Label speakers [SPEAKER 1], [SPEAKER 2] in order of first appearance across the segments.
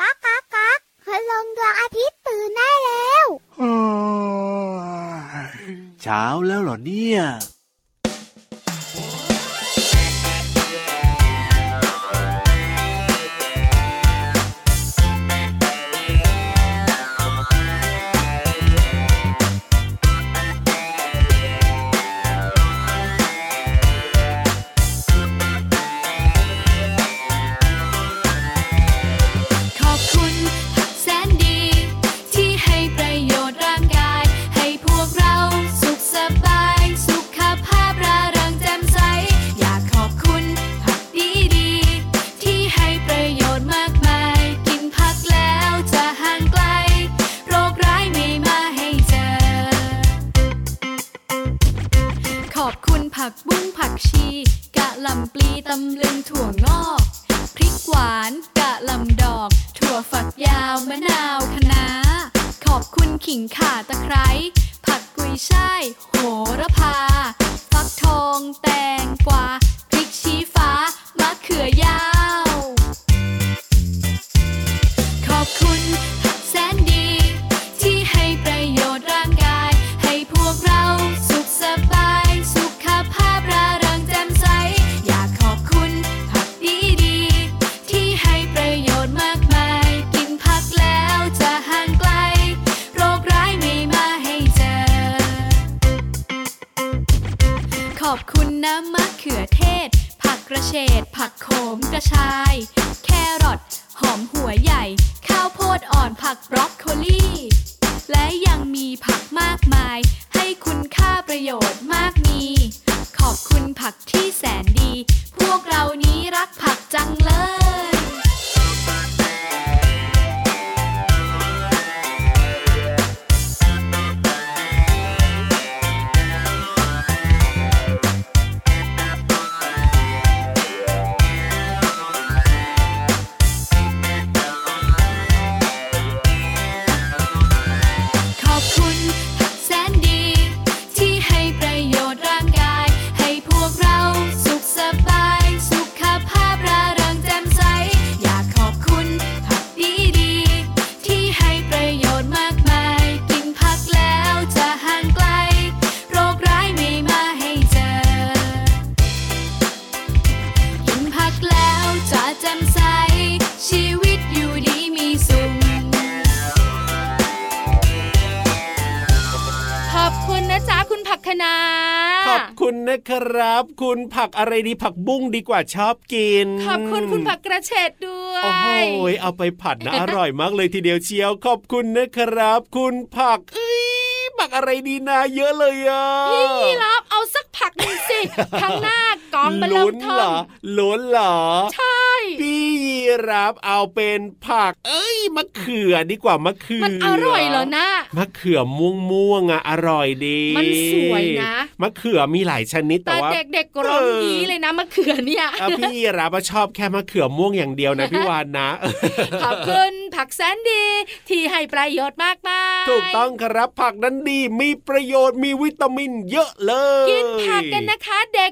[SPEAKER 1] ก๊ากก๊ากก๊ากคืลงดวงอาทิตย์ตื่นได้แล้ว
[SPEAKER 2] เช้าแล้วเหรอเนี่ย
[SPEAKER 3] ขอบคุณผักแสนดี ที่ให้ประโยชน์ร่างกาย ให้พวกเราสุขสบาย สุขภาพร่าเริงแจ่มใส อยากขอบคุณผักดีๆที่ให้ประโยชน์มากมาย กินผักแล้วจะห่างไกล โรคร้ายไม่มาให้เจอ ขอบคุณผักบุ้งผักชี กะหล่ำปลีตำลึงถั่วงอก พริกหวานกะหล่ำดอก ถั่วฝักยาวมะนาวคะน้า ขอบคุณขิงข่าตะไคร้ ผักกุยช่าย โหระพา ฟักทอง แตงกวาพริกชี้ฟ้ามะเขือยาว ขอบคุณผักแสนดี ที่ให้ประโยชน์ร่างกาย ให้พวกเราสุขสบาย สุขภาพร่าเริงแจ่มใส อยากขอบคุณผักดีๆที่ให้ประโยชน์มากมาย กินผักแล้วจะห่างไกล โรคร้ายไม่มาให้เจอ ขอบคุณน้ำมะเขือเทศ ผักกระเฉดผักโขมกระชาย แครอทหอมหัวใหญ่ ข้าวโพดอ่อนผักบรอกโคลีและยังมีผักมากมาย ให้คุณค่าประโยชน์มากมี ขอบคุณผักที่แสนดี พวกเรานี้รักผักจังเลย ขอบคุณผักแสนดี ที่ให้ประโยชน์ร่างกาย ให้พวกเราสุขสบาย สุขภาพร่าเริงแจ่มใส อยากขอบคุณผักดีๆที่ให้ประโยชน์มากมาย กินผักแล้วจะห่างไกล โรคร้ายไม่มาให้เจอ กินผักแล้วจะแจ่มใส ชีวิตอยู่ดีมีสุข
[SPEAKER 4] ขอบคุณนะจ๊ะคุณผักคะนา
[SPEAKER 5] ขอบคุณนะครับ คุณผักอะไรดีผักบุ้งดีกว่าชอบกิน
[SPEAKER 4] ขอบคุณคุณผักกระเฉดด้วย
[SPEAKER 5] โอ้โหยเอาไปผัดนะ อร่อยมากเลยทีเดียวเชียว ขอบคุณนะครับ คุณผักเอ้ยผักอะไรดีนะเยอะเลยอ่ะ
[SPEAKER 4] พี่ยีรับเอาสักผักหนึ่ง สิ ข้างหน้ากองมาเริ่
[SPEAKER 5] ลุ้
[SPEAKER 4] ม
[SPEAKER 5] น
[SPEAKER 4] เท
[SPEAKER 5] เหร
[SPEAKER 4] ม
[SPEAKER 5] อลุ้นเหรอ
[SPEAKER 4] ใช่
[SPEAKER 5] พี่ยีรับเอาเป็นผัก เอ้ยมะเขือดีกว่ามะเขือ
[SPEAKER 4] มันอร่อยเหรอนะ
[SPEAKER 5] มะเขือม่วงม่วงๆอ่ะอร่อยดี
[SPEAKER 4] มันสวยนะ
[SPEAKER 5] มะเขือมีหลายชนิด
[SPEAKER 4] แต่
[SPEAKER 5] แต่ว่า
[SPEAKER 4] เด็กๆร้อง
[SPEAKER 5] เออ
[SPEAKER 4] นี้เลยนะมะเขือเนี่ย
[SPEAKER 5] อ่ะพี่ยีรับอ่ะชอบแค่มะเขือม่วงอย่างเดียวนะพี่วาน นะ
[SPEAKER 4] ขอบคุณผักแสนดี ที่ให้ประโยชน์มากมาย
[SPEAKER 5] ถูกต้องครับผักนั้นดีมีประโยชน์มีวิตามินเยอะเลย
[SPEAKER 4] กินผักกันนะคะ เด็ก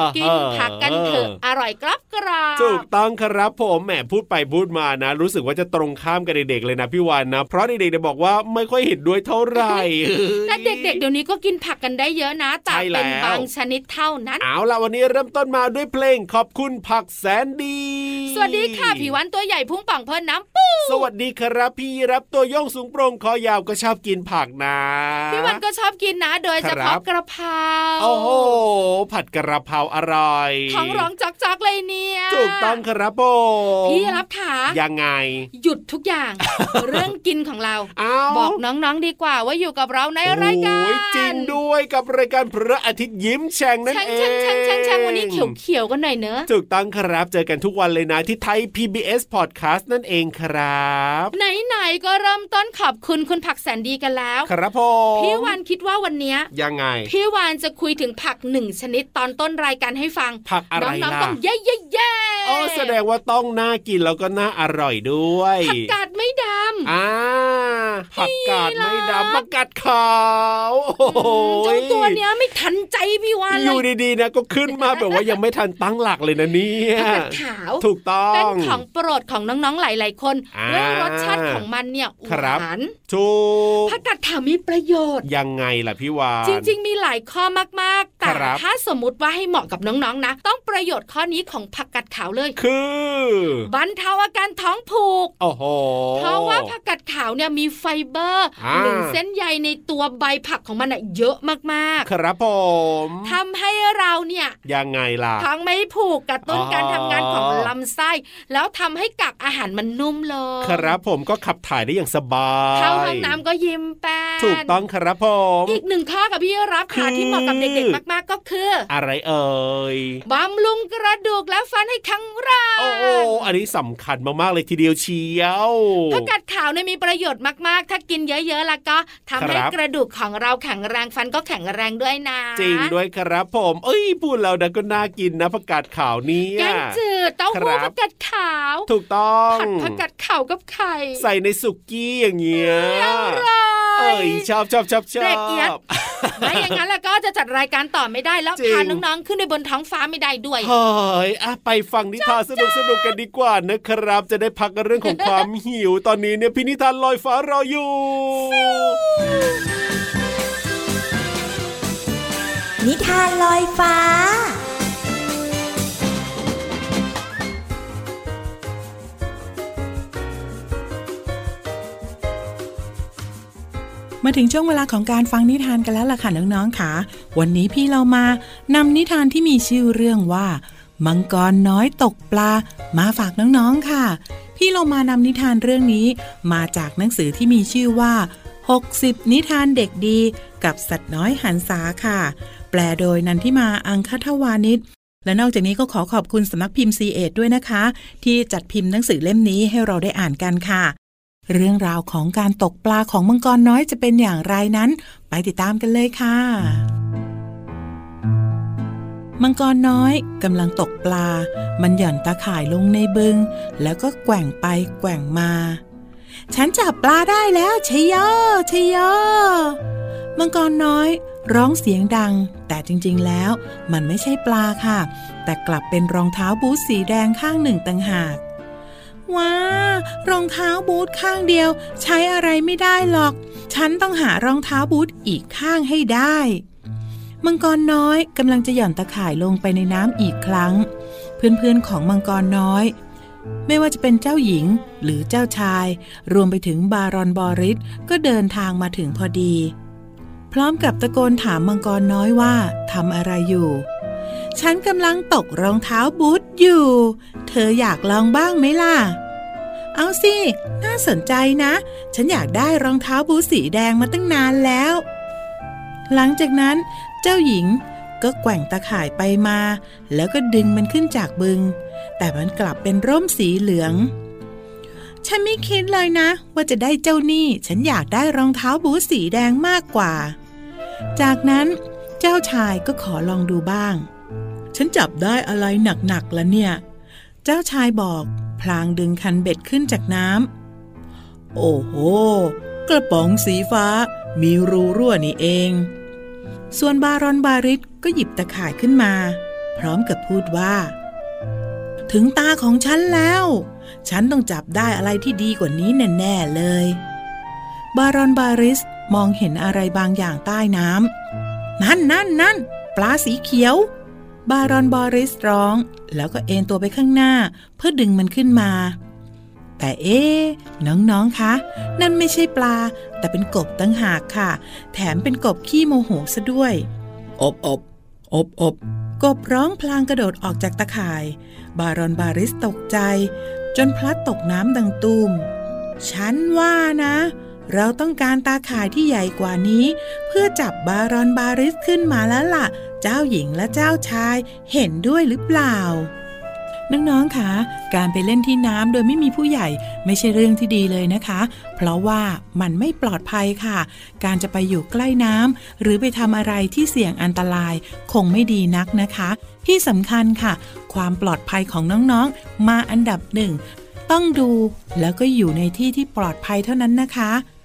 [SPEAKER 5] อ่า
[SPEAKER 4] ๆ
[SPEAKER 5] ฮะ
[SPEAKER 4] กินผักกันเถอะอร่อยกรอบกรอบ
[SPEAKER 5] ถูกต้องครับผมแหมพูดไปพูดมานะ รู้สึกว่าจะตรงข้ามกับเด็กๆเลยนะพี่วานนะ เพราะเด็กๆเนี่ยบอกว่าไม่ค่อยเห็นด้วยเท่าไหร่
[SPEAKER 4] แต่เด็กๆเดี๋ยวนี้ก็กินผักกันได้เยอะนะแต่
[SPEAKER 5] ใช่แล้
[SPEAKER 4] เป็น
[SPEAKER 5] ว
[SPEAKER 4] บางชนิดเท่านั้น
[SPEAKER 5] เอาล่ะวันนี้เริ่มต้นมาด้วยเพลงขอบคุณผักแสนดี
[SPEAKER 4] สวัสดีค่ะผิววันตัวใหญ่พุ่งป่องพ่นน้ำปู
[SPEAKER 5] สวัสดีครับพี่รับตัวโย่องสูงโปร่งคอยาวก็ชอบกินผักนะ
[SPEAKER 4] พี่วันก็ชอบกินนะ โดยเฉ
[SPEAKER 5] ครั
[SPEAKER 4] พาะ
[SPEAKER 5] บ
[SPEAKER 4] กระเพรา
[SPEAKER 5] โอ้โหผัดกระเพราอร่อย
[SPEAKER 4] ท้องร้องจอกๆเลยเนี่ย
[SPEAKER 5] ถูกต้องครับผม
[SPEAKER 4] พี่รับขา
[SPEAKER 5] ยังไง
[SPEAKER 4] หยุดทุก อย่าง เรื่องกินของเรา
[SPEAKER 5] อ้าว
[SPEAKER 4] บอกน้องๆดีกว่าว่าอยู่กับเราในรายการ
[SPEAKER 5] โอ้ยจริงด้วยกับรายการพระอาทิตย์ยิ้มแฉ่งนั่น
[SPEAKER 4] ช่าง
[SPEAKER 5] เอ
[SPEAKER 4] ช่าง
[SPEAKER 5] ง
[SPEAKER 4] ช่างช่างช่างวันนี้เขียวเขียวๆกันหน่อยเนอะ
[SPEAKER 5] ถูกต้องครับเจอกันทุกวันเลยนะที่ไทย PBS Podcast นั่นเองครับ
[SPEAKER 4] ไหนๆก็เริ่มต้นขอบคุณคุณผักแสนดีกันแล้ว
[SPEAKER 5] ครับผม
[SPEAKER 4] พี่วันคิดว่าวันเนี้ย
[SPEAKER 5] ยังไง
[SPEAKER 4] พี่วานจะคุยถึงผักหนึ่งชนิดตอนต้นรายการให้ฟัง
[SPEAKER 5] ผักอะไร
[SPEAKER 4] น้อง
[SPEAKER 5] ล่ะ
[SPEAKER 4] ๆต้องเย่เย่เย่
[SPEAKER 5] อ๋อแสดงว่าต้องน่ากินแล้วก็น่าอร่อยด้วย
[SPEAKER 4] ผักกาดไม่ดำ
[SPEAKER 5] อ่าผักกาดไม่ดำผักกาดขาวโอ้โห
[SPEAKER 4] เจ้าตัวเนี้ยไม่ทันใจพี่วาน
[SPEAKER 5] อยู่
[SPEAKER 4] เลย
[SPEAKER 5] ดีๆนะก็ขึ้นมาแบบว่ายังไม่ทันตั้งหลักเลยนะเนี่ย
[SPEAKER 4] ผักกาดขาว
[SPEAKER 5] ถูกต้อง
[SPEAKER 4] เป็นของโปรดของน้องๆหลาย ๆ คน
[SPEAKER 5] อ่า
[SPEAKER 4] ด้วยรสชาติของมันเนี่ยห
[SPEAKER 5] ครับ
[SPEAKER 4] วาน
[SPEAKER 5] ถูก
[SPEAKER 4] ผักกาดขาวมีประโยชน์
[SPEAKER 5] ยังไงล่ะพี่วาน
[SPEAKER 4] จริง ๆ มีหลายข้อมากๆ แต่
[SPEAKER 5] ครับ
[SPEAKER 4] ถ้าสมมติว่าให้เหมาะกับน้องๆนะ ต้องประโยชน์ข้อนี้ของผักกาดขาวเลย
[SPEAKER 5] คือ
[SPEAKER 4] บรรเทาอาการท้องผูก
[SPEAKER 5] โอ้โห
[SPEAKER 4] เพราะว่าผักกาดขาวเนี่ยมีไฟเบอร์
[SPEAKER 5] อ่า
[SPEAKER 4] หรือเส้นใยในตัวใบผักของมันอะเยอะมาก
[SPEAKER 5] ครับผม
[SPEAKER 4] ๆทำให้เราเนี่ย
[SPEAKER 5] ยังไงล่ะ
[SPEAKER 4] ท้องไม่ผูกกระตุ้น
[SPEAKER 5] อ๋อ
[SPEAKER 4] การทำงานของลำไส้ แล้วทำให้กักอาหารมันนุ่มลง
[SPEAKER 5] ครับผมก็ขับถ่ายได้อย่างสบาย
[SPEAKER 4] เข้าห้องน้ำก็ยิ้มแป้น
[SPEAKER 5] ถูกต้องครับผม
[SPEAKER 4] อีกหนึ่งข้อกับพี่รับค่ะ
[SPEAKER 5] คือ
[SPEAKER 4] ที่เหมาะกับเด็กๆมากๆก็คือ
[SPEAKER 5] อะไรเอ่ย
[SPEAKER 4] บำรุงกระดูกและฟันให้แข็งแรง
[SPEAKER 5] โอ้โหอันนี้สำคัญมาก ๆ เลยทีเดียวเชียว
[SPEAKER 4] ผักกาดขาวเนี่ยมีประโยชน์มาก ๆ ถ้ากินเยอะ ๆ แล้วก็ทำให้
[SPEAKER 5] ครับ
[SPEAKER 4] กระดูกของเราแข็งแรงฟันก็แข็งแรงด้วยนะ
[SPEAKER 5] จริงด้วยครับผม เอ้ยพูดแล้วนะก็น่ากินนะผักกาดขาวเนี่ย
[SPEAKER 4] แกงจืดเต้าหู้
[SPEAKER 5] ครั
[SPEAKER 4] ผั
[SPEAKER 5] บ
[SPEAKER 4] กกาดขาว
[SPEAKER 5] ถูกต้อง
[SPEAKER 4] ผัดผักกาดขาวกับไข่
[SPEAKER 5] ใส่ในสุกี้อย่างเงี้ย
[SPEAKER 4] อร่อ
[SPEAKER 5] เอ้
[SPEAKER 4] ย
[SPEAKER 5] ยชอบชอบชอบชอบ
[SPEAKER 4] เด็กเอี๊ยด ไม่อย่างนั้นแล้วก็จะจัดรายการต่อไม่ได้แล้ว
[SPEAKER 5] จริง
[SPEAKER 4] พาน้องๆขึ้นไปบนท้องฟ้าไม่ได้ด้วย
[SPEAKER 5] เฮ้ยอ่ะไปฟังนิทานสนุกสนุกๆกันดีกว่านะครับ จะได้พักเรื่องของความ หิวตอนนี้เนี่ยพินิทานลอยฟ้ารออยู่
[SPEAKER 6] นิทานลอยฟ้า
[SPEAKER 7] มาถึงช่วงเวลาของการฟังนิทานกันแล้วล่ะค่ะน้องๆค่ะ วันนี้พี่เรามานำนิทานที่มีชื่อเรื่องว่า มังกรน้อยตกปลา มาฝากน้องๆค่ะ พี่เรามานำนิทานเรื่องนี้ มาจากหนังสือที่มีชื่อว่า 60 นิทานเด็กดี กับสัตว์น้อยหันษาค่ะ แปลโดยนันทิมาอังคทวานิช และนอกจากนี้ก็ขอขอบคุณสำนักพิมพ์ C ีเอ็ดด้วยนะคะ ที่จัดพิมพ์หนังสือเล่มนี้ให้เราได้อ่านกันค่ะ เรื่องราวของการตกปลาของมังกรน้อยจะเป็นอย่างไรนั้น ไปติดตามกันเลยค่ะ มังกรน้อยกำลังตกปลา มันหย่อนตาข่ายลงในบึง แล้วก็แกว่งไปแกว่งมา ฉันจับปลาได้แล้วชยโยชยโยมังกรน้อยร้องเสียงดัง แต่จริงๆแล้ว มันไม่ใช่ปลาค่ะ แต่กลับเป็นรองเท้าบูทสีแดงข้างหนึ่งต่างหาก ว้ารองเท้าบูทข้างเดียว ใช้อะไรไม่ได้หรอก ฉันต้องหารองเท้าบูทอีกข้างให้ได้ มังกรน้อยกำลังจะหย่อนตะข่ายลงไปในน้ำอีกครั้ง เพื่อนๆของมังกรน้อย ไม่ว่าจะเป็นเจ้าหญิงหรือเจ้าชาย รวมไปถึงบารอนบอริสก็เดินทางมาถึงพอดี พร้อมกับตะโกนถามมังกรน้อยว่าทำอะไรอยู่ ฉันกำลังตกรองเท้าบูทอยู่ เธออยากลองบ้างไหมล่ะ เอาสิ น่าสนใจนะ ฉันอยากได้รองเท้าบูทสีแดงมาตั้งนานแล้ว หลังจากนั้น เจ้าหญิงก็แกว่งตะข่ายไปมา แล้วก็ดึงมันขึ้นจากบึง แต่มันกลับเป็นร่มสีเหลือง ฉันไม่คิดเลยนะ ว่าจะได้เจ้านี่ ฉันอยากได้รองเท้าบูทสีแดงมากกว่า จากนั้นเจ้าชายก็ขอลองดูบ้าง ฉันจับได้อะไรหนักๆแล้วเนี่ย เจ้าชายบอกพลางดึงคันเบ็ดขึ้นจากน้ำ โอ้โห กระป๋องสีฟ้ามีรูรั่วนี่เอง ส่วนบารอนบาริสก็หยิบตะข่ายขึ้นมา พร้อมกับพูดว่า ถึงตาของฉันแล้ว ฉันต้องจับได้อะไรที่ดีกว่านี้แน่ๆเลย บารอนบาริสมองเห็นอะไรบางอย่างใต้น้ำ นั่นนั่นนั่นปลาสีเขียว บารอนบอริสร้อง แล้วก็เอนตัวไปข้างหน้า เพื่อดึงมันขึ้นมา แต่เอ๊ะน้องๆ คะ นั่นไม่ใช่ปลา แต่เป็นกบตั้งหากค่ะ แถมเป็นกบขี้โมโหซะด้วย อบอบอบอบกบร้องพลางกระโดดออกจากตะข่าย บารอนบาริสตกใจ จนพลัดตกน้ำดังตูม ฉันว่านะ เราต้องการตาข่ายที่ใหญ่กว่านี้ เพื่อจับบารอนบาริสขึ้นมาแล้วล่ะ เจ้าหญิงและเจ้าชายเห็นด้วยหรือเปล่า น้องๆคะการไปเล่นที่น้ำโดยไม่มีผู้ใหญ่ไม่ใช่เรื่องที่ดีเลยนะคะ เพราะว่ามันไม่ปลอดภัยค่ะ การจะไปอยู่ใกล้น้ำหรือไปทำอะไรที่เสี่ยงอันตรายคงไม่ดีนักนะคะ ที่สำคัญค่ะ ความปลอดภัยของน้องๆ มาอันดับหนึ่ง ต้องดูแล้วก็อยู่ในที่ที่ปลอดภัยเท่านั้นนะคะ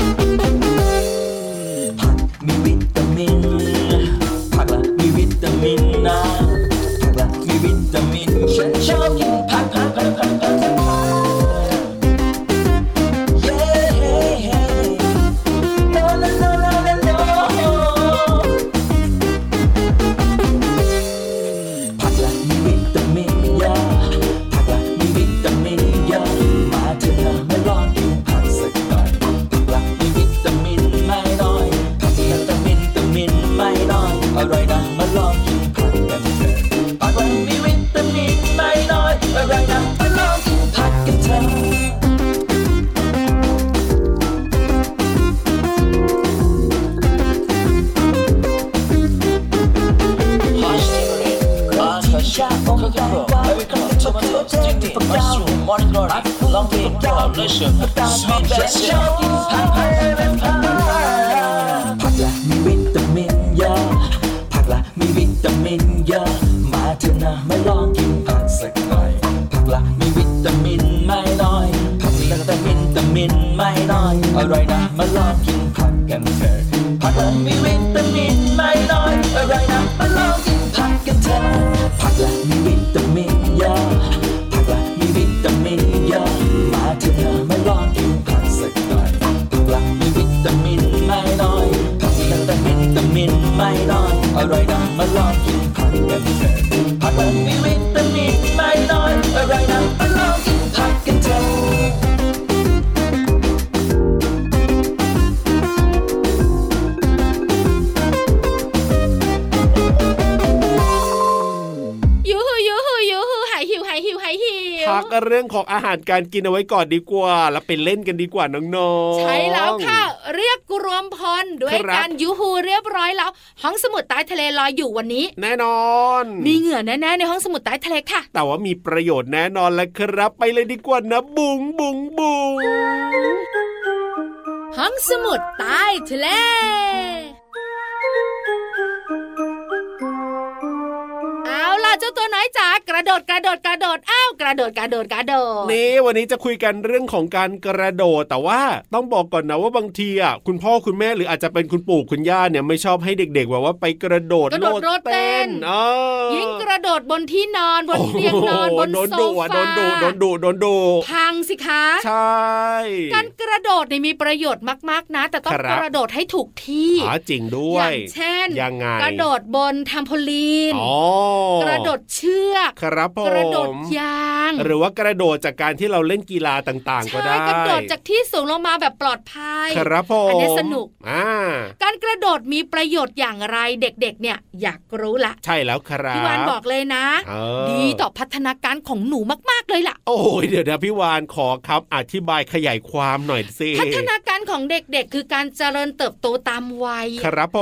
[SPEAKER 8] ผักมีวิตามิน ผักละมีวิตามินนะผักละมีวิตามิน ฉันชอบกินผักผักผักผักผักผักเย้เฮ้เฮ้ no no no no no no ผักละมีวิตามินเยอะผักละมีวิตามินเยอะมาเถอะนะมาลองกินผักสักหน่อยผักละมีวิตามินไม่น้อยผักละตามินตามินไม่น้อยอร่อยนะมาลองกินผักกันเถอะผักละมีวิตามินไม่น้อยอร่อยนะมาลองกินผักกันเถอะ ผักละมีวิตามินเยอะผักละมีวิตามินเยอะมาเถอะนะมาลองกินผักสักหน่อยผักละมีวิตามินไม่น้อยผักละแต่วิตามินไม่น้อยอร่อยนะมาลองกินผักกันเถอะผักละมีวิตามินไม่น้อยอร่อยนะมาลองกินผักกันเถอะผักละมีวิตามินเยอะผักละมีวิตามินเยอะมาเถอะนะมาลองกินผักสักหน่อยผักละมีวิตามินไม่น้อยผักละแต่วิตามินไม่น้อยอร่อยนะมาลองกินผักกันเถอะผักละมีวิตามินไม่น้อยอร่อยนะมาลองกินผักกันเถอะ
[SPEAKER 4] ยูฮูยูฮูยูฮูหายหิวหายหิวหายหิว
[SPEAKER 5] พักเรื่องของอาหารการกินเอาไว้ก่อนดีกว่า แล้วไปเล่นกันดีกว่าน้องๆ
[SPEAKER 4] ใช่แล้วค่ะ เรียกรวมพลด้วย
[SPEAKER 5] ครับ
[SPEAKER 4] การยูฮูเรียบร้อยแล้ว ห้องสมุดใต้ทะเลลอยอยู่วันนี้
[SPEAKER 5] แน่นอน
[SPEAKER 4] มีเหงื่อแน่ๆในห้องสมุดใต้ทะเลค่ะ
[SPEAKER 5] แต่ว่ามีประโยชน์แน่นอนแหละครับ ไปเลยดีกว่านะ บุงบุงบุง
[SPEAKER 4] ห้องสมุดใต้ทะเล เอาล่ะเจ้าตัวน้อยจ๋ากระโดดกระโดดกระโดดอ้าวกระโดดกระโดดกระโดด
[SPEAKER 5] นี่วันนี้จะคุยกันเรื่องของการกระโดด แต่ว่าต้องบอกก่อนนะว่าบางทีอ่ะคุณพ่อคุณแม่หรืออาจจะเป็นคุณปู่คุณย่าเนี่ยไม่ชอบให้เด็กๆแบบว่าไปกระโดด
[SPEAKER 4] กระโด
[SPEAKER 5] ล
[SPEAKER 4] ดโรดเต้น
[SPEAKER 5] เออ
[SPEAKER 4] ยิ่งกระโดดบนที่นอนบนเตียงนอนบน
[SPEAKER 5] โดน
[SPEAKER 4] โซ
[SPEAKER 5] ดุอะ
[SPEAKER 4] ฟา
[SPEAKER 5] โดนดุโดนดุโดนดุ
[SPEAKER 4] พังสิคะ
[SPEAKER 5] ใช่
[SPEAKER 4] การกระโดดเนี่ยมีประโยชน์มากๆนะ แต่ต้องกระโดดให้ถูกที่
[SPEAKER 5] อ๋อจริงด้
[SPEAKER 4] อ
[SPEAKER 5] วย
[SPEAKER 4] ย่างเช่น
[SPEAKER 5] ยังไง
[SPEAKER 4] กระโดดบนแทมโพลีน
[SPEAKER 5] อ๋อก
[SPEAKER 4] ระโดดเชือก
[SPEAKER 5] ครับผม
[SPEAKER 4] กระโดดยาง
[SPEAKER 5] หรือว่ากระโดดจากการที่เราเล่นกีฬาต่างๆ ก็
[SPEAKER 4] ใช่
[SPEAKER 5] ได้
[SPEAKER 4] กระโดดจากที่สูงลงมาแบบปลอดภัย
[SPEAKER 5] ครับผม
[SPEAKER 4] อันนี้สนุก
[SPEAKER 5] อ่า
[SPEAKER 4] การกระโดดมีประโยชน์อย่างไรเด็กๆ เนี่ย อยากรู้ละ
[SPEAKER 5] ใช่แล้วครับ
[SPEAKER 4] พี่วานบอกเลยนะ
[SPEAKER 5] เออ
[SPEAKER 4] ดีต่อพัฒนาการของหนูมากๆเลยล่ะ
[SPEAKER 5] โอ้ยเดี๋ยวนะพี่วานขอคำอธิบายขยายความหน่อยสิ
[SPEAKER 4] พัฒนาการของเด็กๆ คือการเจริญเติบโตตามวัย
[SPEAKER 5] ครับผ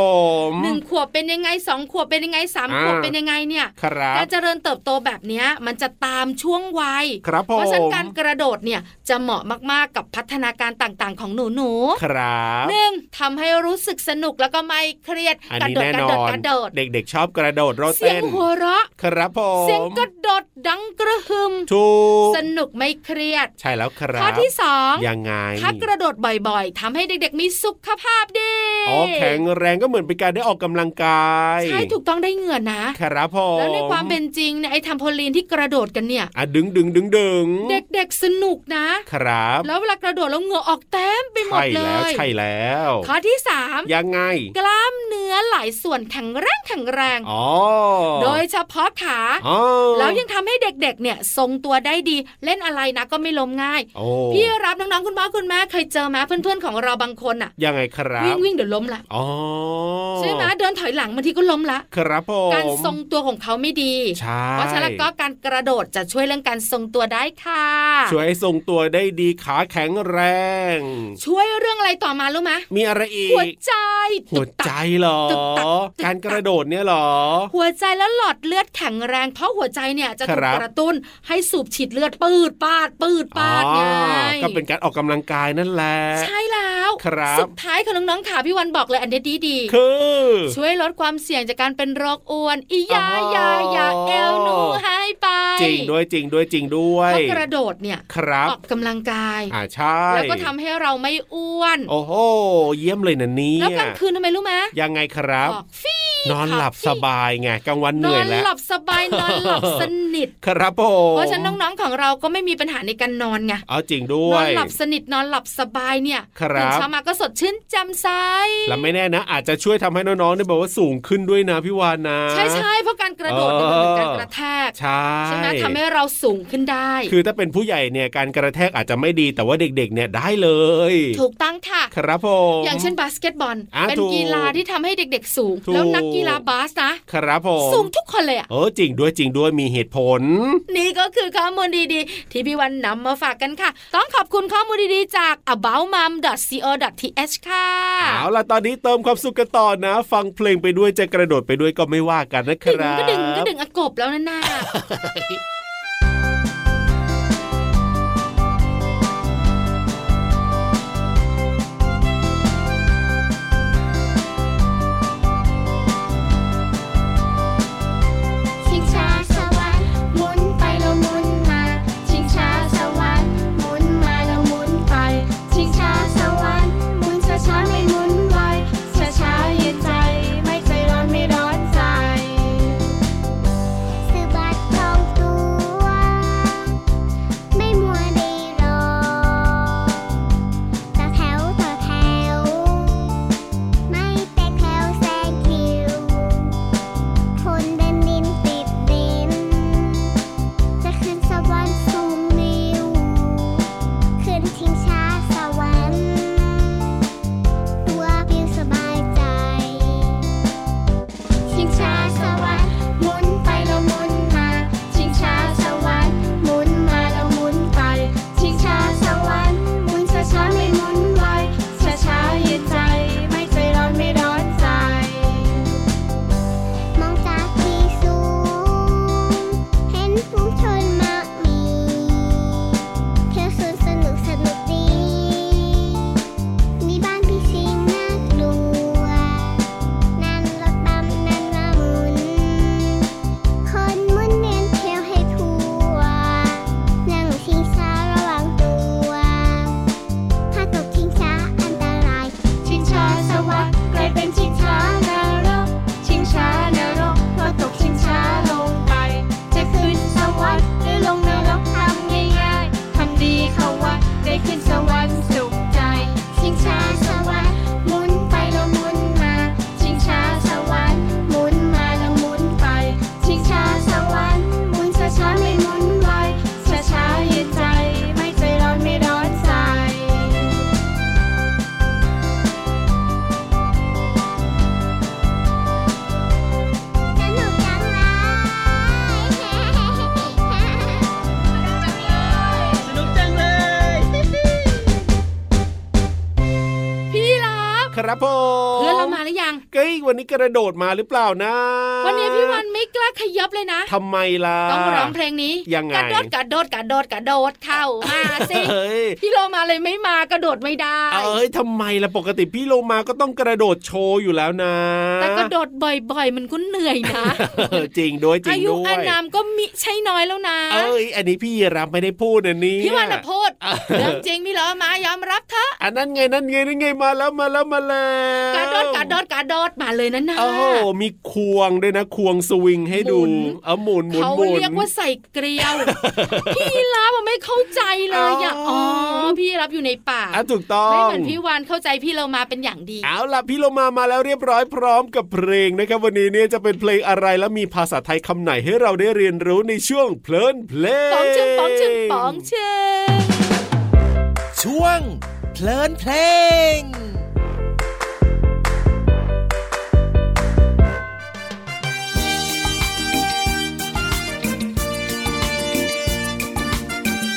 [SPEAKER 5] ม
[SPEAKER 4] หนึ่งขวบเป็นยังไงสองขวบเป็นยังไงสาม
[SPEAKER 5] อ่า
[SPEAKER 4] ขวบเป็นยังไงเนี่ย
[SPEAKER 5] ครับ
[SPEAKER 4] การเจริญเติบโตแบบเนี้ยมันจะตามช่วงวัย
[SPEAKER 5] ครับผม
[SPEAKER 4] เพราะฉะนั้นการกระโดดเนี่ยจะเหมาะมากๆกับพัฒนาการต่างๆ ของหนูหนูๆ
[SPEAKER 5] ครับ
[SPEAKER 4] หนึ่งทำให้รู้สึกสนุกแล้วก็ไม่เครียด
[SPEAKER 5] อัน
[SPEAKER 4] กระ
[SPEAKER 5] นี้
[SPEAKER 4] โดด
[SPEAKER 5] แน่
[SPEAKER 4] กระ
[SPEAKER 5] นอ
[SPEAKER 4] โดด
[SPEAKER 5] น
[SPEAKER 4] กระโดด
[SPEAKER 5] เด็กๆชอบกระโดดโรด
[SPEAKER 4] เสีย
[SPEAKER 5] เต้
[SPEAKER 4] ง
[SPEAKER 5] น
[SPEAKER 4] หัวเราะ
[SPEAKER 5] ครับผ
[SPEAKER 4] เสียง
[SPEAKER 5] ม
[SPEAKER 4] กระโดดดังกระหึ่ม
[SPEAKER 5] ถูก
[SPEAKER 4] สนุกไม่เครียด
[SPEAKER 5] ใช่แล้วครับ
[SPEAKER 4] ข้อที่สอง
[SPEAKER 5] ยังไง
[SPEAKER 4] ถ้ากระโดดบ่อยๆทำให้เด็กๆมีสุขภาพดี
[SPEAKER 5] อ๋อแข็งแรงก็เหมือนเป็นการได้ออกกำลังกาย
[SPEAKER 4] ใช่ถูกต้องได้เหงื่อนะ
[SPEAKER 5] ครับผม
[SPEAKER 4] แล้วในความเป็นจริงเนี่ยไอ้ทำโพลีนที่กระโดดกันเนี่ย
[SPEAKER 5] อ่ะดึงดึงดึงดึง
[SPEAKER 4] เด็กๆสนุกนะ
[SPEAKER 5] ครับ
[SPEAKER 4] แล้วเวลากระโดดแล้วเหงื่อออกเต็มไปหมด
[SPEAKER 5] ใช่
[SPEAKER 4] เล
[SPEAKER 5] แล้ว
[SPEAKER 4] ย
[SPEAKER 5] ใช่แล้ว
[SPEAKER 4] ข้อที่สาม
[SPEAKER 5] ยังไง
[SPEAKER 4] กล้ามเนื้อหลายส่วนแข็งแรงแข็งแรง
[SPEAKER 5] อ๋อ
[SPEAKER 4] โดยเฉพาะขา
[SPEAKER 5] อ๋อ
[SPEAKER 4] แล้วยังทำให้เด็กๆ เนี่ยทรงตัวได้ดีเล่นอะไรนะก็ไม่ล้มง่าย
[SPEAKER 5] โอ้
[SPEAKER 4] พี่รับน้องๆ คุณพ่อคุณแม่เคยเจอไหมเพื่อนๆ ของเราบางคนอ่ะ
[SPEAKER 5] ยังไงครับ
[SPEAKER 4] วิ่งวิ่งเดี๋ยวล้มละ
[SPEAKER 5] อ๋อ
[SPEAKER 4] ใช่ไหมเดินถอยหลังบางทีก็ล้มละ
[SPEAKER 5] ครับผม
[SPEAKER 4] การทรงตัวของเขาไม่ดี
[SPEAKER 5] ใช่
[SPEAKER 4] เพราะฉะนั้นก็การกระโดดจะช่วยเรื่องการทรงตัวได้ค่ะ
[SPEAKER 5] ช่วยให้ทรงตัวได้ดีขาแข็งแรง
[SPEAKER 4] ช่วยเรื่องอะไรต่อมารู้ไหม
[SPEAKER 5] มีอะไรอีก
[SPEAKER 4] หัวใจ
[SPEAKER 5] หัวใจเหรอ
[SPEAKER 4] ตึกตัก
[SPEAKER 5] การกระโดดเนี่ยเหรอ
[SPEAKER 4] หัวใจและหลอดเลือดแข็งแรง เพราะหัวใจเนี่ยจะถู
[SPEAKER 5] ค
[SPEAKER 4] ก
[SPEAKER 5] รับ
[SPEAKER 4] กระตุ้นให้สูบฉีดเลือดปืดปาดปืดปาดไง
[SPEAKER 5] อ๋อก็เป็นการออกกำลังกายนั่นแหละ
[SPEAKER 4] ใช่แล้ว
[SPEAKER 5] ครับ
[SPEAKER 4] สุดท้ายค่ะน้องๆค่ะพี่วันบอกเลยอันเนี้ยดีดีๆ
[SPEAKER 5] คือ
[SPEAKER 4] ช่วยลดความเสี่ยงจากการเป็นโรคอ้วนอียายายาเอลหนูหายไป
[SPEAKER 5] จริงด้วยจริงด้วยจริงด้วย
[SPEAKER 4] เพราะกระโดดเนี่ย
[SPEAKER 5] ครับ
[SPEAKER 4] ออกกำลังกาย
[SPEAKER 5] อ่าใช่
[SPEAKER 4] แล้วก็ทำให้เราไม่อ้วน
[SPEAKER 5] โอ้โหเยี่ยมเลยนะเนี่
[SPEAKER 4] แล้ว
[SPEAKER 5] ย
[SPEAKER 4] กลางคืนทำไมรู้ไหม
[SPEAKER 5] ยังไงครับ
[SPEAKER 4] ออกฟี่
[SPEAKER 5] นอนหลับสบายไงกลางวันเห
[SPEAKER 4] น
[SPEAKER 5] นื่
[SPEAKER 4] อ
[SPEAKER 5] อย
[SPEAKER 4] น
[SPEAKER 5] แล้ว
[SPEAKER 4] หลับสบายนอนหลับสนิท
[SPEAKER 5] ครับผม
[SPEAKER 4] เพราะฉะนั้นน้องๆของเราก็ไม่มีปัญหาในการนอนไง
[SPEAKER 5] เอาจริงด้
[SPEAKER 4] น
[SPEAKER 5] ว
[SPEAKER 4] อน
[SPEAKER 5] ย
[SPEAKER 4] หลับสนิทนอนหลับสบายเนี่ย
[SPEAKER 5] ครับ
[SPEAKER 4] ตื่นเช้ามาก็สดชื่นแจำใส
[SPEAKER 5] แล้วไม่แน่นะ อาจจะช่วยทำให้น้องๆได้บอกว่าสูงขึ้นด้วยนะพี่วานนะ
[SPEAKER 4] ใช่ใช่เพราะการกระโดดเนี่ยมัน
[SPEAKER 5] เออ
[SPEAKER 4] เป็นการกระแทก
[SPEAKER 5] ใช่
[SPEAKER 4] ใช่ไหมทำให้เราสูงขึ้นได้
[SPEAKER 5] คือถ้าเป็นผู้ใหญ่เนี่ยการกระแทกอาจจะไม่ดีแต่ว่าเด็กๆ เนี่ยได้เลย
[SPEAKER 4] ถูกต้องค่ะ
[SPEAKER 5] ครับผม
[SPEAKER 4] อย่างเช่นบาสเกตบอล
[SPEAKER 5] อ่ะ
[SPEAKER 4] เป็น
[SPEAKER 5] ถูก
[SPEAKER 4] กีฬาที่ทำให้เด็กๆ สูง
[SPEAKER 5] ถูก
[SPEAKER 4] แล้วนักกีฬาบาสนะ
[SPEAKER 5] ครับผม
[SPEAKER 4] สูงทุกคนเลยอะ
[SPEAKER 5] เออจริงด้วยจริงด้วยมีเหตุผล
[SPEAKER 4] นี่ก็คือข้อมูลดีๆ ที่พี่วันนำมาฝากกันค่ะ ต้องขอบคุณข้อมูลดีๆ จาก aboutmom.co.th ค่ะ
[SPEAKER 5] เอาล่ะตอนนี้เติมความสุขกันต่อนะ ฟังเพลงไปด้วยจะกระโดดไปด้วยก็ไม่ว่ากันนะค
[SPEAKER 4] ดึง
[SPEAKER 5] รับ
[SPEAKER 4] ก็ดึงก็ดึงอะกบแล้วนั่น น่ะ
[SPEAKER 1] ชิงช้าสวรรค์หมุนไปแล้วหมุนมา ชิงช้าสวรรค์หมุนมาแล้วหมุนไป ชิงช้าสวรรค์หมุนช้าช้าๆไม่หมุนไวช้าช้าๆเย็นใจ ไม่ใจร้อนไม่ร้อนใจสะบัดทองตัว ไม่มัวรีรอต่อแถวต่อแถว ไม่เป็นแถวแซงคิว คนเดินดินติดดิน จะขึ้นสวรรค์สูงวิว ขึ้นชิงช้าสวรรค์ ตัววิวสบายใจ ชิงช้าสวรรค์หมุนไปแล้วหมุนมา ชิงช้าสวรรค์หมุนมาแล้วหมุนไป ชิงช้าสวรรค์หมุนช้าช้าๆไม่หมุนไวช้าช้าๆเย็นใจ ไม่ใจร้อนไม่ร้อนใจ มองจากที่สูง เห็นฝูงชนมากมีเที่ยวสวนสนุกสนุกดี มีบ้านพี่สิงน่ากลัว นั่นรถบัมนั่นลามุน คนหมุนเวียนเที่ยวให้ทั่ว นั่งชิงช้าระวังตัว ถ้าตกชิงช้าอันตราย ชิงช้าสวัสด์กลายเป็นชิงช้านรก ชิงช้านรกพอตกชิงช้าลงไป จะขึ้นสวรรค์หรือลงนรกทำง่ายๆทำดีเข้าไวัดได้ขึ้นสวรรค์สุขใจ ชิงช้าสวรรค์หมุนไปแล้วหมุนมา ชิงช้าสวรรค์หมุนมาแล้วหมุนไป ชิงช้าสวรรค์หมุนช้าๆไม่หมุนไวช้าๆเย็นใจ ไม่ใจร้อนไม่ร้อนใจ สนุกจังเลยสนุกจังเลย สนุกจังเลย
[SPEAKER 4] พี่รับ
[SPEAKER 5] ครับผม
[SPEAKER 4] เพื่อนเรามาหรือยัง
[SPEAKER 5] เก้ยวันนี้กระโดดมาหรือเปล่านะ
[SPEAKER 4] วันนี้พี่วันไม่กล้าขยับเลยนะ
[SPEAKER 5] ทำไมล่ะ
[SPEAKER 4] ต้องร้องเพลงนี้
[SPEAKER 5] ยังไง
[SPEAKER 4] กระโดดกระโดดกระโดดกระโดดเข้ามาสิ
[SPEAKER 5] เฮ้ย
[SPEAKER 4] พี่โลมาเลยไม่มากระโดดไม่ได้
[SPEAKER 5] เอ้ยทำไมล่ะปกติพี่โลมาก็ต้องกระโดดโชว์อยู่แล้วนะ
[SPEAKER 4] แต่กระโดดบ่อยๆ มันก็เหนื่อยนะ
[SPEAKER 5] เออจริงด้วยจริ
[SPEAKER 4] อาง ยุ
[SPEAKER 5] ด้ว
[SPEAKER 4] อาย นามก็มิใช่น้อยแล้วนะ
[SPEAKER 5] เอ้ยอันนี้พี่รับไม่ได้พูดนะเนี่ย
[SPEAKER 4] พี่วันน่ะพูด
[SPEAKER 5] เออ
[SPEAKER 4] เรื่องจริงพี่โลมายอมรับเถอะ
[SPEAKER 5] อันนั้นไงนั่นไงนั่นไงมาแล้วมาแล้วมาแล้ว
[SPEAKER 4] กระโดดกระโดดกระโดดมาเลยนะนะ
[SPEAKER 5] โอ้โหมีควงด้วยนะ ควงสวิงให้ดูเออหมุนหมุน
[SPEAKER 4] เขา
[SPEAKER 5] หมุน
[SPEAKER 4] เรียกว่าใส่เกลียว พี่รับอะไม่เข้าใจเลยอะ
[SPEAKER 5] อ๋
[SPEAKER 4] อ๋อ
[SPEAKER 5] อ
[SPEAKER 4] พี่รับอยู่ในป่า
[SPEAKER 5] อ่ะถูกต้อง
[SPEAKER 4] ไม่เหมือนพี่วันเข้าใจพี่เรามาเป็นอย่างดี
[SPEAKER 5] เอาล่ะพี่โลมามาแล้วเรียบร้อยพร้อมกับเพลงนะครับวันนี้เนี่ยจะเป็นเพลงอะไรและมีภาษาไทยคำไหนให้เราได้เรียนรู้ในช่วงเพลินเพลง
[SPEAKER 4] ป๋องเชิงป๋องเชิงป๋องเชิง
[SPEAKER 9] ช่วงเพลินเพลง
[SPEAKER 1] เ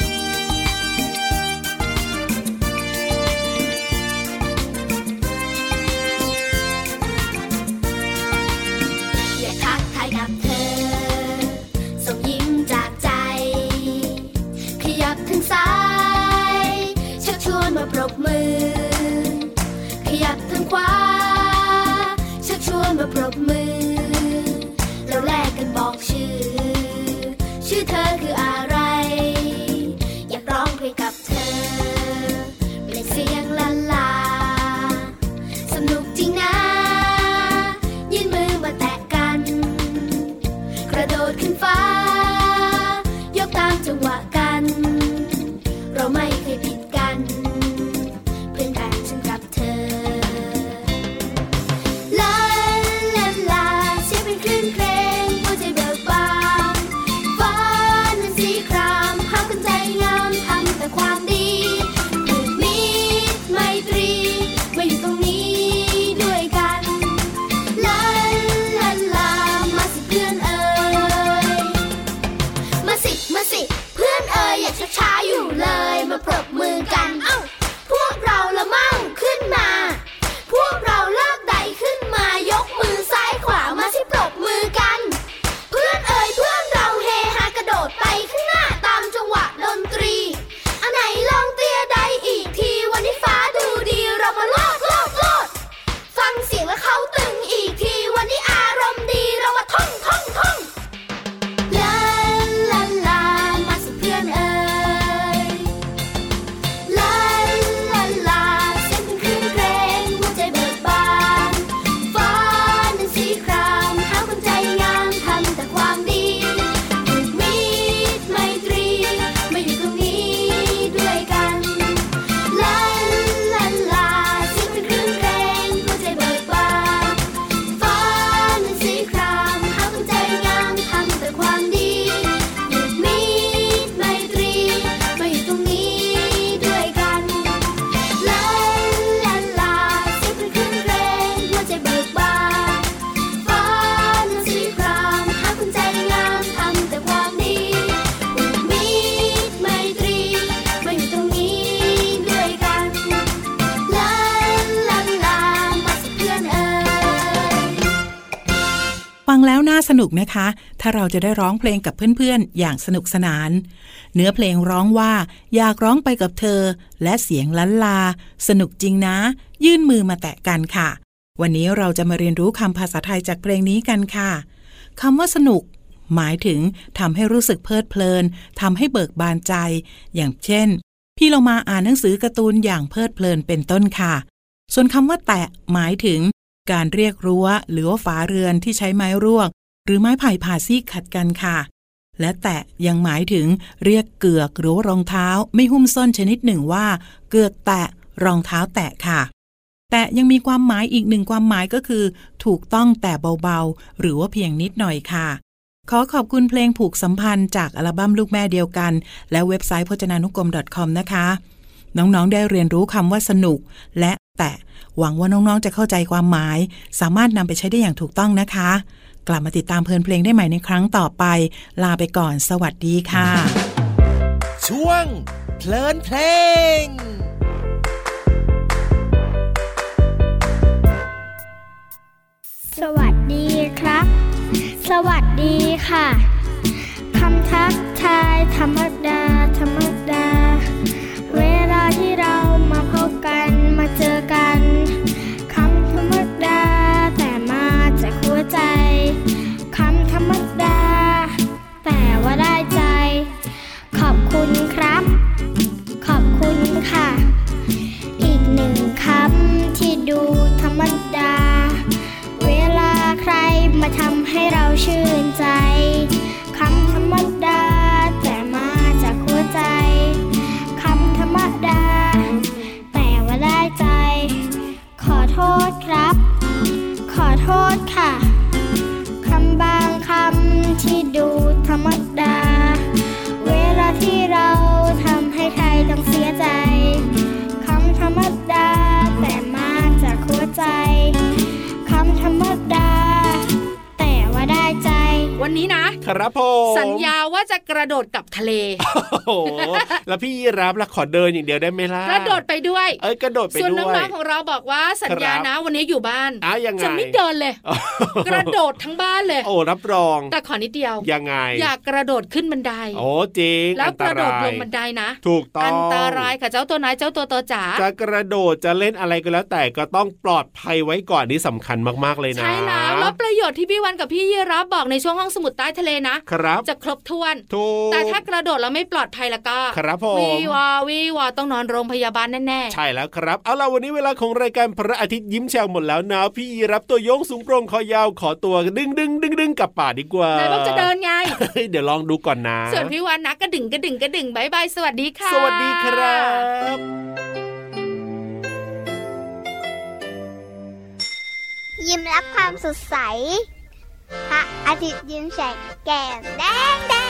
[SPEAKER 7] ฟังแล้วน่าสนุกนะคะ ถ้าเราจะได้ร้องเพลงกับเพื่อนๆ อย่างสนุกสนาน เนื้อเพลงร้องว่า อยากร้องไปกับเธอ และเสียงล้านลา สนุกจริงนะ ยื่นมือมาแตะกันค่ะ วันนี้เราจะมาเรียนรู้คำภาษาไทยจากเพลงนี้กันค่ะคำว่าสนุก หมายถึงทำให้รู้สึกเพลิดเพลินทำให้เบิกบานใจ อย่างเช่น พี่เรามาอ่านหนังสือการ์ตูนอย่างเพลิดเพลินเป็นต้นค่ะ ส่วนคำว่าแตะหมายถึง การเรียกรั้วหรือว่าฝาเรือนที่ใช้ไม้รวก หรือไม้ไผ่ผ่าซี่ขัดกันค่ะ และแตะยังหมายถึงเรียกเกือกหรือว่ารองเท้าไม่หุ้มส้นชนิดหนึ่งว่า เกือกแตะรองเท้าแตะค่ะ แต่ยังมีความหมายอีกหนึ่งความหมายก็คือ ถูกต้องแต่เบาๆ หรือว่าเพียงนิดหน่อยค่ะ ขอขอบคุณเพลงผูกสัมพันธ์จากอัลบั้มลูกแม่เดียวกัน และเว็บไซต์พจนานุกรม .com นะคะ น้องๆ ได้เรียนรู้คำว่าสนุก และแต่ หวังว่าน้องๆ จะเข้าใจความหมาย สามารถนำไปใช้ได้อย่างถูกต้องนะคะ กลับมาติดตามเพลินเพลงได้ใหม่ในครั้งต่อไป ลาไปก่อน สวัสดีค่ะ
[SPEAKER 9] ช่วง เพลินเพลง
[SPEAKER 10] สวัสดีครับ สวัสดีค่ะ คำทักทายธรรมดา ธรรมดา เวลาที่เรามาพบกันมาเจอกัน คำธรรมดา แต่มาจากหัวใจ คำธรรมดา แต่ว่าได้ใจ ขอบคุณครับ ขอบคุณค่ะ อีกหนึ่งคำที่ดูธรรมดา เวลาใครมาทำให้เราชื่นใจ คำธรรมดา แต่มาจากหัวใจ คำธรรมดา แต่ว่าได้ใจ ขอโทษครับ ขอโทษค่ะ คำบางคำที่ดูธรรมดา เวลาที่เราทำให้ใครต้องเสียใจ คำธรรมดา แต่มาจากหัวใจ คำธรรมดา แต่ว่าได้ใจ
[SPEAKER 4] วันนี้นะ
[SPEAKER 5] ครับผม
[SPEAKER 4] สัญญาว่าจะกระโดดกลับทะเล
[SPEAKER 5] โอ้โหแล้วพี่ยีรับละขอเดินอย่างเดียวได้ไหมล่ะ
[SPEAKER 4] กระโดดไปด้วย
[SPEAKER 5] เอ้ยกระโดดไป
[SPEAKER 4] ส่วน
[SPEAKER 5] ด้วย
[SPEAKER 4] น้องๆของเราบอกว่าสัญญา
[SPEAKER 5] ครับ
[SPEAKER 4] นะวันนี้อยู่บ้าน
[SPEAKER 5] อ่ะยังไง
[SPEAKER 4] จะไม่เดินเลย
[SPEAKER 5] โอ้โห
[SPEAKER 4] กระโดดทั้งบ้านเลย
[SPEAKER 5] โอ้รับรอง
[SPEAKER 4] แต่ขอนิดเดียว
[SPEAKER 5] ยังไง
[SPEAKER 4] อยากกระโดดขึ้นบันได
[SPEAKER 5] โอ้จริง
[SPEAKER 4] แล้
[SPEAKER 5] อั
[SPEAKER 4] ว
[SPEAKER 5] น
[SPEAKER 4] ก
[SPEAKER 5] ต
[SPEAKER 4] ระโดด
[SPEAKER 5] าย
[SPEAKER 4] ลงบันไดนะ
[SPEAKER 5] ถูกต้อง
[SPEAKER 4] อันตรายค่ะเจ้าตัวน้อยเจ้าตัวโตจ๋า
[SPEAKER 5] จะกระโดดจะเล่นอะไรก็แล้วแต่ก็ต้องปลอดภัยไว้ก่อนนี่สำคัญมากๆเลยนะ
[SPEAKER 4] ใช่แล้วแล้วประโยชน์ที่พี่วันกับพี่ยีรับบอกในช่วงห้องสมุดใต้ทะเลนะครับ จะครบถ้วน
[SPEAKER 5] ถูก
[SPEAKER 4] แต่ถ้ากระโดดแล้วไม่ปลอดภัยแล้วก็
[SPEAKER 5] ครับผม
[SPEAKER 4] วีวาวีวาต้องนอนโรงพยาบาลแน่ๆ
[SPEAKER 5] ใช่แล้วครับ เอาล่ะวันนี้เวลาของรายการพระอาทิตย์ยิ้มแฉ่งหมดแล้วนะ พี่รับตัวโยงสูงโปร่งคอยาวขอตัวดึงดึงดึงดึงกลับป่าดีกว่าน
[SPEAKER 4] ายบอกจะเดินไง
[SPEAKER 5] เฮ้ยเดี๋ยวลองดูก่อนนะ
[SPEAKER 4] ส่วนพี่วันนะกระดึงกระดึงกระดึงบายบายสวัสดีค่ะ
[SPEAKER 5] สวัสดีครับ
[SPEAKER 10] ยิ้มรับความสดใส พระอาทิตย์ยิ้มแฉกแก้มแดงแด